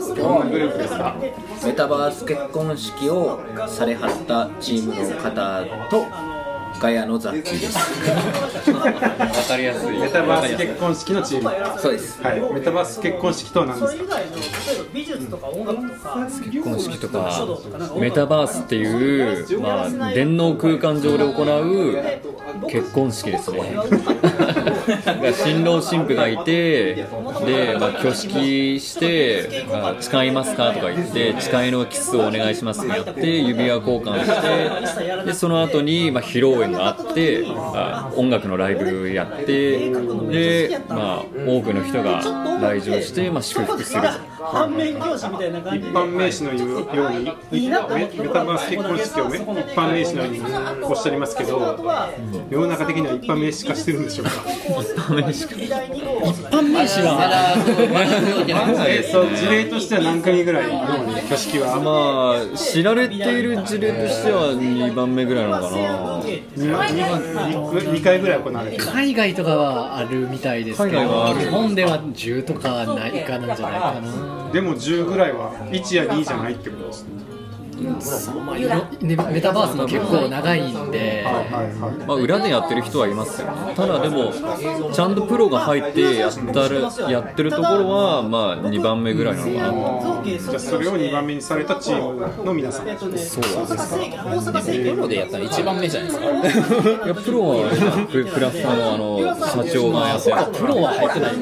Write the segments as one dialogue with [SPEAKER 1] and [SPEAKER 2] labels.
[SPEAKER 1] のグループですがメタバース結婚式をされはったチームの方とガヤのザッキーです
[SPEAKER 2] かりやすい
[SPEAKER 3] メタバース結婚式のチームは
[SPEAKER 1] そうです
[SPEAKER 3] いメタバース結婚式とは何で
[SPEAKER 4] そ
[SPEAKER 3] す
[SPEAKER 4] れ以外の例えば美術とか音楽とか
[SPEAKER 2] 結婚式と
[SPEAKER 4] 書道
[SPEAKER 2] か
[SPEAKER 4] とかなんか音楽
[SPEAKER 2] メタバースっていう、まあ、電脳空間上で行う結婚式ですね新郎新婦がいてで、まあ、挙式して、まあ誓いますかとか言って誓いのキスをお願いしますってやって指輪交換してでその後にまあ、披露宴があって、まあ音楽のライブやってで、まあ、多くの人が来場して、まあ、祝福すると。
[SPEAKER 4] 反面教師みたいな感
[SPEAKER 3] 一
[SPEAKER 4] じで
[SPEAKER 3] 般名詞のようにメメタバース結婚式をね一般名詞のようにおっしゃりますけど世の中的には一般名詞化してるんでしょうか
[SPEAKER 2] 一般名詞はまだ
[SPEAKER 3] え そう事例としては何回ぐらいの挙式は
[SPEAKER 2] まあ知られている事例としては2番目ぐらいなのかな
[SPEAKER 3] 2回ぐらい行われてる
[SPEAKER 5] 海外とかはあるみたいですけど
[SPEAKER 2] 海外はある
[SPEAKER 5] 日本では10とかない以下なんじゃないかな
[SPEAKER 3] でも10ぐらいは1や2じゃないってことですね
[SPEAKER 5] まあいろねメタバースも結構長いんで
[SPEAKER 3] はいはい
[SPEAKER 2] まあ裏でやってる人はいますよただでもちゃんとプロが入ってやったるやってるところはまあ2番目ぐらいなのかな
[SPEAKER 3] はいじゃあそれを2番目にされたチームの皆さん
[SPEAKER 6] プロでやったら一番目じゃないですか
[SPEAKER 2] いやプロはププラスさんのあの社長がやってる
[SPEAKER 5] プロは入ってない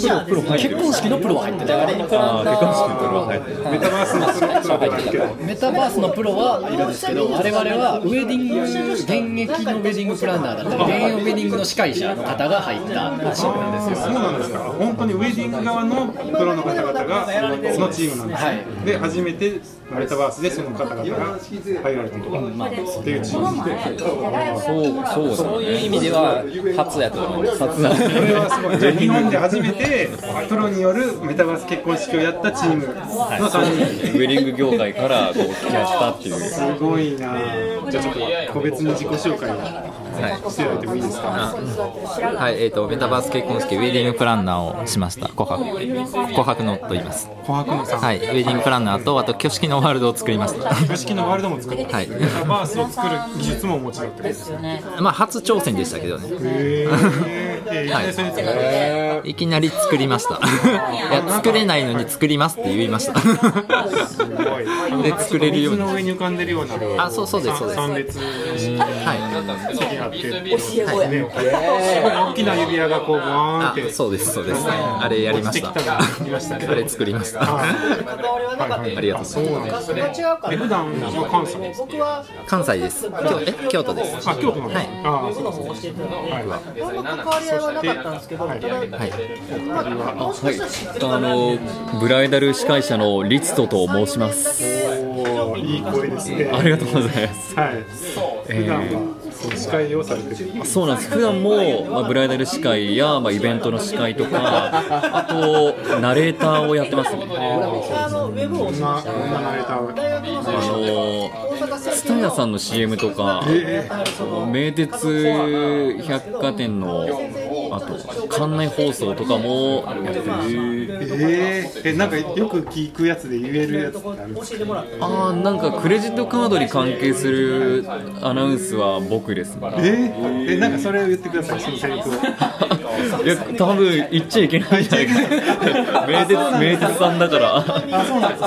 [SPEAKER 2] いやプロプロ入ってる
[SPEAKER 5] 結婚式のプロは入ってない
[SPEAKER 2] あー結婚式のプロは入ってる
[SPEAKER 3] メタバースのプロプロではあるけど
[SPEAKER 5] メタバースのプロはいるんですけど我々はウェディング現役のウェディングプランナーだったり現役ウェディングの司会者の方が入ったチームなんですよ
[SPEAKER 3] そうなんですか本当にウェディング側のプロの方々がそのチームなんです、
[SPEAKER 5] はい
[SPEAKER 3] で初めてメタバースでその方々が入られてるっていうチームで
[SPEAKER 2] そうそう
[SPEAKER 6] そう
[SPEAKER 2] だ
[SPEAKER 6] いう意
[SPEAKER 2] ね
[SPEAKER 6] 味では初やと思います
[SPEAKER 2] 初な
[SPEAKER 3] これはすごいじゃあ日本で初めてプロによるメタバース結婚式をやったチームの3人
[SPEAKER 2] ウェディング業界からこう来ましたっていう
[SPEAKER 3] すごいなぁじゃあちょっと個別に自己紹介をしていただいてもいいですか
[SPEAKER 6] はい、えっ、と、メタバース結婚式ウェディングプランナーをしました。琥珀。琥珀のと言います。
[SPEAKER 3] 琥珀のさん
[SPEAKER 6] はい、ウェディングプランナーと、あと挙式のワールドを作りました。
[SPEAKER 3] 挙式のワールドも作ってメ
[SPEAKER 6] はい。
[SPEAKER 3] タバースを作る技術もお持ちだったりです
[SPEAKER 6] まあ、初挑戦でしたけどね。
[SPEAKER 3] へえ
[SPEAKER 6] はい
[SPEAKER 3] それ作
[SPEAKER 6] いきなり作りました。 いや、作れないのに作りますって言いました。
[SPEAKER 3] る
[SPEAKER 6] で作れるよう
[SPEAKER 3] 水
[SPEAKER 6] に
[SPEAKER 3] の上に浮かんでるような
[SPEAKER 6] あ、そうそうです、そうです。
[SPEAKER 3] 三列にして
[SPEAKER 6] はい。
[SPEAKER 3] 席があって、ね、大きな指輪がこうバーンっ
[SPEAKER 6] あ
[SPEAKER 3] て、
[SPEAKER 6] そうです、そうです。あれやりました。あれ作りました。
[SPEAKER 3] はいはい
[SPEAKER 6] ありがとうございます
[SPEAKER 3] そうなんですね。え普段は関西です。
[SPEAKER 6] 関西です。京え京都です。
[SPEAKER 3] あ京都なんです。
[SPEAKER 6] はい。
[SPEAKER 3] あそうそうそう。
[SPEAKER 6] はい。
[SPEAKER 2] あのブライダル司会者のリツトと申します
[SPEAKER 3] おーいい声ですね。
[SPEAKER 2] ありがとうございます
[SPEAKER 3] はい。普段はそう司会をされてる。
[SPEAKER 2] そうなんです普段も、まあ、ブライダル司会や、まあ、イベントの司会とかあとナレーターをやってますね
[SPEAKER 3] こんなこんなナレーター
[SPEAKER 2] あの蔦屋さんの CM とか名鉄百貨店のあと館内放送とかもやってます
[SPEAKER 3] えー、えなんかよく聞くやつで言えるやつってあるんですか
[SPEAKER 2] あーなんかクレジットカードに関係するアナウンスは僕ですね
[SPEAKER 3] えー、えなんかそれを言ってくださいそのセリフを
[SPEAKER 2] いや多分言っちゃいけないんじゃないかな名鉄名鉄さんだから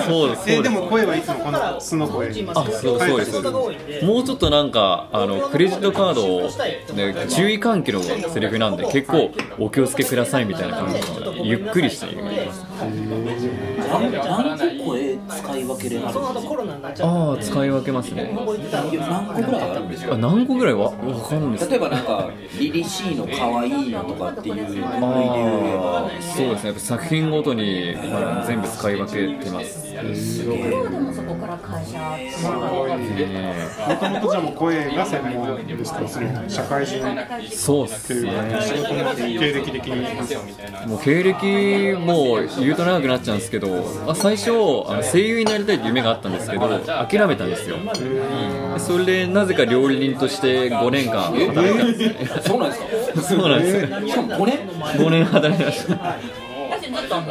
[SPEAKER 2] そうです
[SPEAKER 3] えー、
[SPEAKER 2] そ
[SPEAKER 3] で
[SPEAKER 2] うで
[SPEAKER 3] すも声はいつもこの素の声
[SPEAKER 2] あそうそうですそうですもうちょっとなんかあのクレジットカードを、ね、注意喚起のセリフなんで結構お気をつけくださいみたいな感じなのでゆっくりして言います
[SPEAKER 7] 何個声使い分けれなるんですか
[SPEAKER 2] ああ使い分けますね
[SPEAKER 7] 何個ぐらいあるんですか
[SPEAKER 2] あ何個ぐらいわわかんないです
[SPEAKER 7] 例えばなんか凛々しいの可愛いのとかっていう部類で言え
[SPEAKER 2] あ
[SPEAKER 7] ば
[SPEAKER 2] ーそうですねやっぱ作品ごとに、まあ、全部使い分けてます
[SPEAKER 8] でもそこから会社
[SPEAKER 2] ね
[SPEAKER 3] もともとじゃあもう声が専門ですからその社会人
[SPEAKER 2] そうっすね
[SPEAKER 3] 仕事の経歴的に
[SPEAKER 2] もう経歴もう言うと長くなっちゃうんですけど、あ最初あの声優になりたいって夢があったんですけど諦めたんですよでそれでなぜか料理人として5年間働いたんですね
[SPEAKER 7] そうなんですか
[SPEAKER 2] そうなんですよ
[SPEAKER 7] しかも5年
[SPEAKER 2] 5年働きました
[SPEAKER 8] だ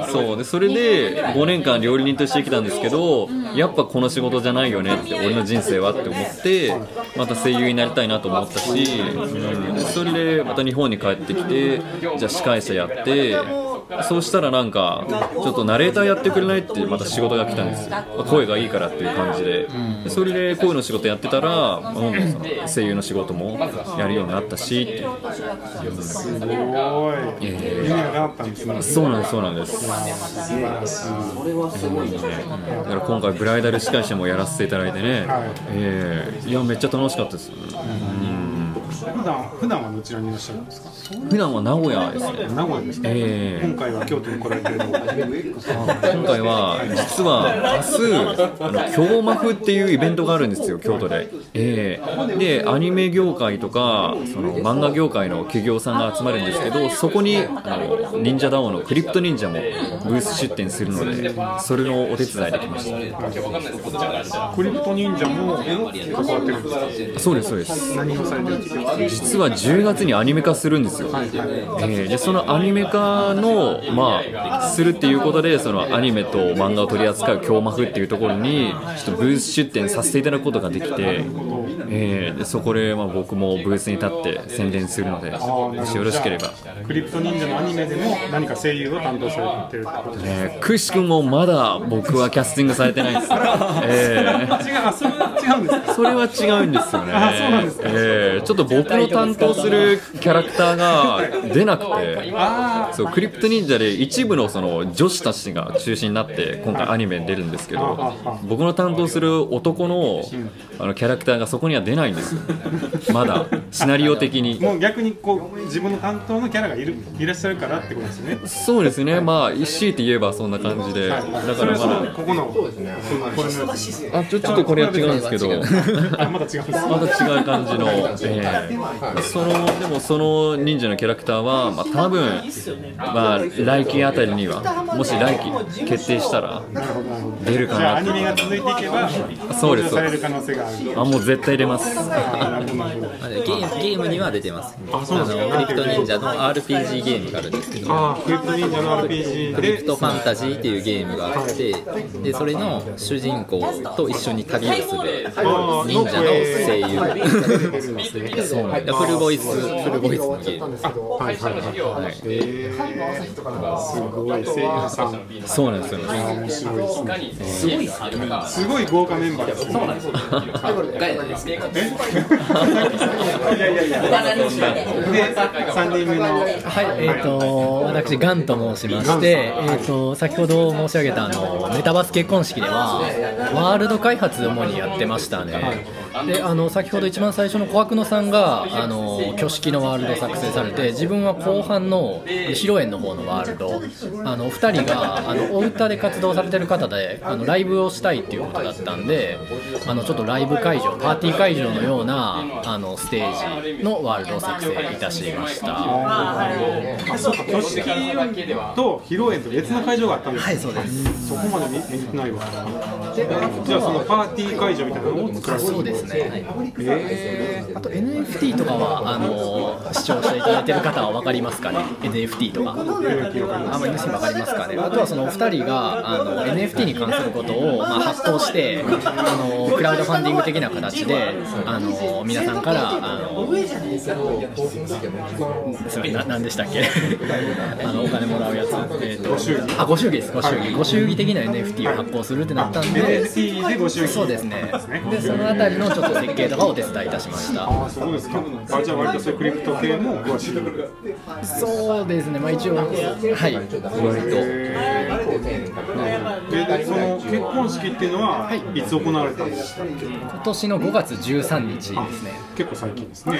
[SPEAKER 8] ってずっ
[SPEAKER 2] そうでそれで5年間料理人として生きたんですけどやっぱこの仕事じゃないよねって俺の人生はって思ってまた声優になりたいなと思ったし、うん、でそれでまた日本に帰ってきてじゃあ司会者やってそうしたらなんかちょっとナレーターやってくれないってまた仕事が来たんですよ声がいいからっていう感じででそれで声の仕事やってたらどんどんその声優の仕事もやるようになったしっていう
[SPEAKER 3] すごい夢が叶ったんですね
[SPEAKER 2] そうなんですそうなんですだから今回ブライダル司会者もやらせていただいてね、
[SPEAKER 3] はい
[SPEAKER 2] ええいやめっちゃ楽しかったです、うん、
[SPEAKER 3] 普段普段はどちらにいらっしゃるんですか
[SPEAKER 2] 普段は名古屋ですね
[SPEAKER 3] 名古屋ですか、
[SPEAKER 2] ええ
[SPEAKER 3] 今回は京都に来られてるの
[SPEAKER 2] 今回は実は明日あの京マフっていうイベントがあるんですよ京都で、ええでアニメ業界とかその漫画業界の企業さんが集まるんですけどそこにあの忍者ダオのクリプト忍者もブース出展するのでそれのお手伝いできました
[SPEAKER 3] クリプト忍者も関わってるんですか
[SPEAKER 2] そうですそうです
[SPEAKER 3] 何をされてるんですか
[SPEAKER 2] 実は10月にアニメ化するんですよ、えーでそのアニメ化の、まあ、するっていうことでそのアニメと漫画を取り扱う京マフっていうところにちょっとブース出展させていただくことができて、えーでそこで、まあ、僕もブースに立って宣伝するのでもしよろしければ、
[SPEAKER 3] クリプト忍者のアニメでも何か声優を担当されてるってことです
[SPEAKER 2] えー、くしくもまだ僕はキャスティングされてないです、えー
[SPEAKER 3] 違うあそれは違うんですか
[SPEAKER 2] それは違うんですよね。
[SPEAKER 3] あそうなんですか
[SPEAKER 2] ええちょっと僕の担当するキャラクターが出なくて、そうクリプト忍者で一部のその女子たちが中心になって今回アニメに出るんですけど、僕の担当する男のあのキャラクターがそこには出ないんですよ。まだシナリオ的に。
[SPEAKER 3] もう逆にこう自分の担当のキャラがいるいらっしゃるからってことですね
[SPEAKER 2] そうですね。まあ強いて言えばそんな感じで、だ
[SPEAKER 3] そ
[SPEAKER 2] か
[SPEAKER 3] れは
[SPEAKER 2] らま
[SPEAKER 3] その
[SPEAKER 2] だ。
[SPEAKER 3] ここのそうですねこれのやつ
[SPEAKER 2] あちょちょっとこれは違うんですけど。
[SPEAKER 3] あまだ違うんです
[SPEAKER 2] また違う感じの、ええそのでもその忍者のキャラクターは、まあ、多分、まあ、来期あたりにはもし来期決定したら出るか
[SPEAKER 3] じゃあア
[SPEAKER 2] な
[SPEAKER 3] ニメが続いていけば
[SPEAKER 2] そうです
[SPEAKER 3] される可能性がある
[SPEAKER 2] とあもう絶対出ます
[SPEAKER 3] あなるほどなるほど
[SPEAKER 6] ゲーゲームには出てます
[SPEAKER 3] あそうなんです
[SPEAKER 6] ク
[SPEAKER 3] か
[SPEAKER 6] リプト忍者の RPG ゲームがあるんですけど
[SPEAKER 3] あークリプト忍者の RPG
[SPEAKER 6] クリ
[SPEAKER 3] で
[SPEAKER 6] プトファンタジーっていうゲームがあってでそれの主人公と一緒に旅をする
[SPEAKER 3] あー
[SPEAKER 6] 忍者の声優
[SPEAKER 2] そうなんです
[SPEAKER 6] フルボイスフルボイスのゲームです
[SPEAKER 3] はいはいはいはいえーすごい声優さん
[SPEAKER 2] そうなんですよね
[SPEAKER 3] 面白いですねすごい豪華メンバーですねえいやいやいやで三人目の
[SPEAKER 5] はい、えっ、と、私ガンと申しまして、えっ、と、先ほど申し上げたあのメタバース結婚式では。ワールド開発主にやってましたね。で、あの、先ほど一番最初の小悪野さんが、あの、挙式のワールド作成されて、自分は後半の。披露宴の方のワールド、あの、お二人が、あの、お歌で活動されてる方で、あの、ライブをしたいっていうことだったんで。あの、ちょっとライブ会場、パーティー会場のような、あの、ステージのワールドを作成いたしました。
[SPEAKER 3] あそうか挙式と披露宴と別の会場があったんです
[SPEAKER 5] はい、そうです。
[SPEAKER 3] そこまで見見てないわじゃあそのパーティー会場みたいなのを作られてる
[SPEAKER 5] そうですね。
[SPEAKER 3] え
[SPEAKER 5] あと NFT とかはあの視聴していただいてる方は分かりますかね NFT とかあんまり分かりますかねあとはそのお二人があの NFT に関することを、まあ、発表してあのクラウドファンディング的な形であの皆さんからあのすみませんな何でしたっけ あのお金もらうやつ、えーと
[SPEAKER 3] ご祝儀
[SPEAKER 5] あご祝儀ですご祝儀ご祝儀的な NFT を発行するってなったんで
[SPEAKER 3] NFT でご祝儀
[SPEAKER 5] そうですね
[SPEAKER 3] ね
[SPEAKER 5] でそのあたりのちょっと設計とかをお手伝いいたしました
[SPEAKER 3] ー、あそうですかあじゃあ割とそういうクリプト系も詳しい
[SPEAKER 5] そうですね、まあ、一応、はい、
[SPEAKER 3] でその結婚式っていうのはいつ行われたんですか、
[SPEAKER 5] 今年の5月13日ですね、
[SPEAKER 3] 結構最近ですね、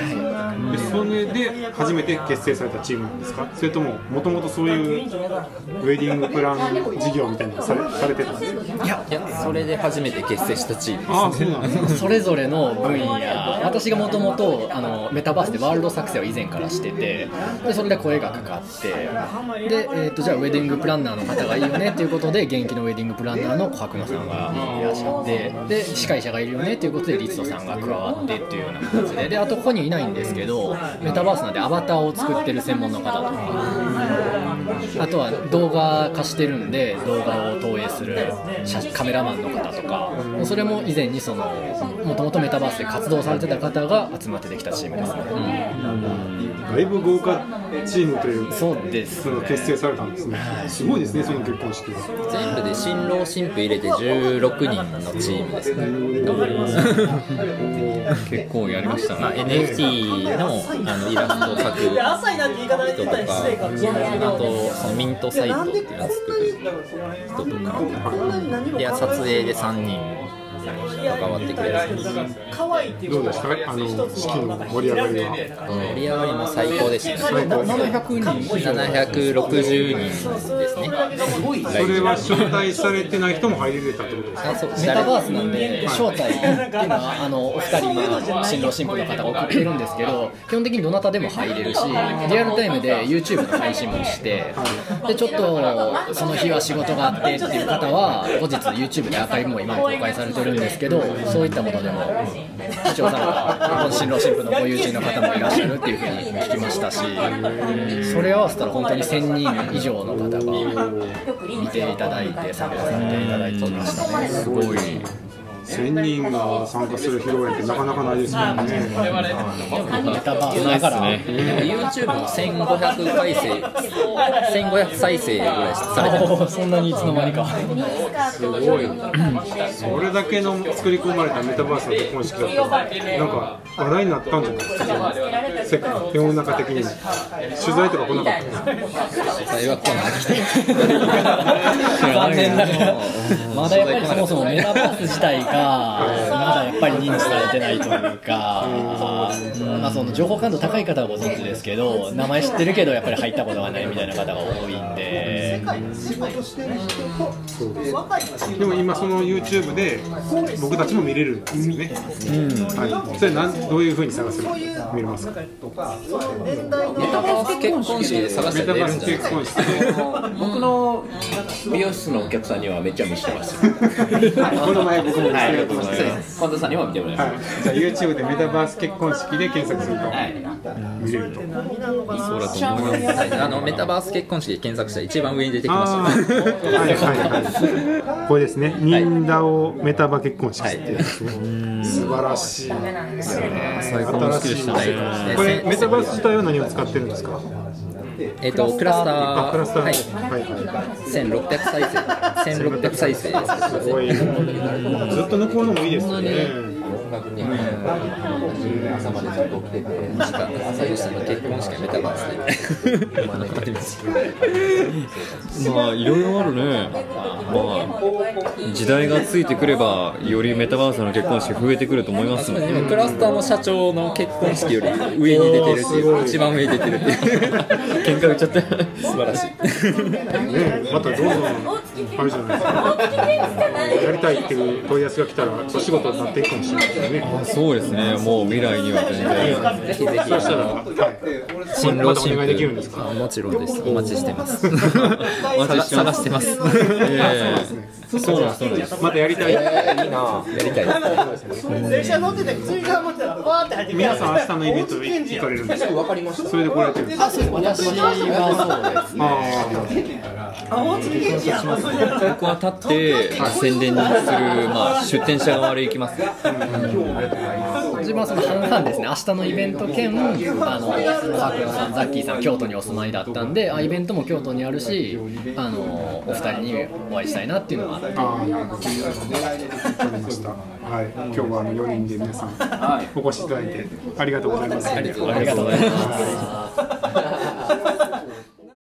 [SPEAKER 3] でそれで初めて結成されたチームなんですかそれとももともとそういうウェディングプラン事業みたいなのされされてたんですか
[SPEAKER 6] いやそれで初めて結成したチームです
[SPEAKER 3] ああそうなんですか
[SPEAKER 5] それぞれの分野、私がもともとメタバースでワールド作成を以前からしてて、でそれで声がかかって、でえー、とじゃあ、ウェディングプランナーの方がいいよねということで、現役のウェディングプランナーの琥珀野さんがいらっしゃって、で司会者がいるよねということで、リツトさんが加わってっていうような形で、であとここにいないんですけど、メタバースなんでアバターを作ってる専門の方とか。あとは動画化してるんで動画を投影する写カメラマンの方とかもうそれも以前にそのもともとメタバースで活動されてた方が集まってできたチームですね、
[SPEAKER 3] だいぶ豪華チームという
[SPEAKER 5] そうです
[SPEAKER 3] その結成されたんですねすごいですねその結婚式は
[SPEAKER 6] 全部で新郎新婦入れて16人のチームですね
[SPEAKER 2] 結構やりました
[SPEAKER 6] まあ、
[SPEAKER 2] ね
[SPEAKER 6] NFT のあのイラストを描く
[SPEAKER 4] で浅いなって言い方で言
[SPEAKER 6] 人
[SPEAKER 4] ったら
[SPEAKER 6] と
[SPEAKER 4] 失礼か
[SPEAKER 6] か
[SPEAKER 4] もしれないけ
[SPEAKER 6] あ
[SPEAKER 4] ど
[SPEAKER 6] とそのミントサイトっていうのを作る人とかいや撮影で3人関わってくれる
[SPEAKER 4] 可愛いっていう
[SPEAKER 3] ど
[SPEAKER 4] こと
[SPEAKER 3] うでしたあの式の盛り上がりは
[SPEAKER 6] 盛り上がりも最高でしたね
[SPEAKER 5] 700人
[SPEAKER 6] 760人ですね
[SPEAKER 3] それは招待されてない人も入れたってことですか
[SPEAKER 6] あそう
[SPEAKER 5] メタバースなんで招待っていうのはあのお二人まあ新郎新婦の方が送ってるんですけど基本的にどなたでも入れるしリアルタイムで YouTube の配信もしてでちょっとその日は仕事があってっていう方は後日 YouTube でアーカイブも今も公開されてるんですけどそういったものでも視聴者が新郎新婦のご友人の方もいらっしゃるっていうふうに聞きましたしそれ合わせたら本当に1000人以上の方が見ていただいて参加されていただいてましたね。
[SPEAKER 6] すごい
[SPEAKER 3] 1000人が参加する披露宴ってなかなかないですもんね
[SPEAKER 5] メタバースだから、
[SPEAKER 6] YouTube も1500回生1500再生ぐらいされてます
[SPEAKER 5] そんなにいつの間にか
[SPEAKER 8] すごい。
[SPEAKER 3] それだけの作り込まれたメタバースの結婚式だったらなんか話題になったんじゃないですか世界世の中的に取材とか来なかったですか
[SPEAKER 6] 大学校の秋
[SPEAKER 5] 残念ながらまだやっぱりそもそもメタバース自体がまだやっぱり認知されてないというか、うんまあ、その情報感度高い方はご存知ですけど名前知ってるけどやっぱり入ったことがないみたいな方が多いんで
[SPEAKER 3] でも今その YouTube で僕たちも見れるんですよね、はい、それなんどういうふうに探せば見れますか
[SPEAKER 6] メタバース結婚式で探し
[SPEAKER 3] メ
[SPEAKER 6] た
[SPEAKER 3] タバ
[SPEAKER 6] ら出る
[SPEAKER 3] ー
[SPEAKER 6] ん
[SPEAKER 3] ス
[SPEAKER 6] じゃない
[SPEAKER 3] 結婚式で
[SPEAKER 9] 僕の美容室のお客さんにはめっちゃ見してます。
[SPEAKER 3] この前僕も見せようと思っ
[SPEAKER 9] 近
[SPEAKER 3] て
[SPEAKER 9] 藤さんには見てもらい
[SPEAKER 3] は
[SPEAKER 9] ま
[SPEAKER 3] い、じゃあ YouTube でメタバース結婚式で検索すると見れると、
[SPEAKER 6] あのメタバース結婚式で検索したら一番上に出てきま
[SPEAKER 3] あ
[SPEAKER 6] し
[SPEAKER 3] ーはいはいはいこれですね「ニンダオメタバ結婚式」っていうやつね素晴らしい新しい
[SPEAKER 6] た
[SPEAKER 3] これメタバース自体は何を使ってるんですか
[SPEAKER 6] た。えっとクラスタ
[SPEAKER 3] あ
[SPEAKER 6] ー
[SPEAKER 3] クラスター
[SPEAKER 6] はい
[SPEAKER 3] はいは
[SPEAKER 6] 1600再生1600再生
[SPEAKER 3] い
[SPEAKER 6] です
[SPEAKER 3] すごいずっと向こうのもいいですよね
[SPEAKER 6] 朝吉さんの結婚式はメタバースで。
[SPEAKER 2] まあいろいろあるねまあ時代がついてくればよりメタバースの結婚式増えてくると思いますね
[SPEAKER 6] でもクラスターの社長の結婚式より上に出てるっていう一番上に出てるっていう喧嘩売っちゃって素晴らしい
[SPEAKER 3] ねまたどんどんあるじゃないですかやりたいっていう問い合わせが来たらお仕事になっていくかもしれないですね
[SPEAKER 2] そうですねもう未来には全然
[SPEAKER 6] ぜひぜひ
[SPEAKER 3] そしたら、はい、新
[SPEAKER 6] 郎
[SPEAKER 3] お
[SPEAKER 6] 新婦
[SPEAKER 3] 願いできるんですか
[SPEAKER 6] もちろんですお待ちして ます
[SPEAKER 2] お待ちしてま
[SPEAKER 6] 探
[SPEAKER 2] す
[SPEAKER 6] してます
[SPEAKER 2] ええそうなんですそうなんです
[SPEAKER 3] またやりたい
[SPEAKER 6] やりたいです
[SPEAKER 4] 電車乗ってて釣りが持ってたらわーって入ってくる
[SPEAKER 3] 皆さん明日のイベント行かれるんですかそれで来られてるんですか
[SPEAKER 5] 私はそうです
[SPEAKER 3] あ
[SPEAKER 2] 僕は立って宣伝にする、まあ、出店者側で行きます
[SPEAKER 5] 自分はその半々ですね明日のイベント兼あのさくらさんザッキーさん京都にお住まいだったんであイベントも京都にあるしあのお二人にお会いしたいなっていうのはあって
[SPEAKER 3] あ、わかりました。はい、今日はあの4人で皆さんお越しいただいてありがとうございます。
[SPEAKER 5] ありがとうございます。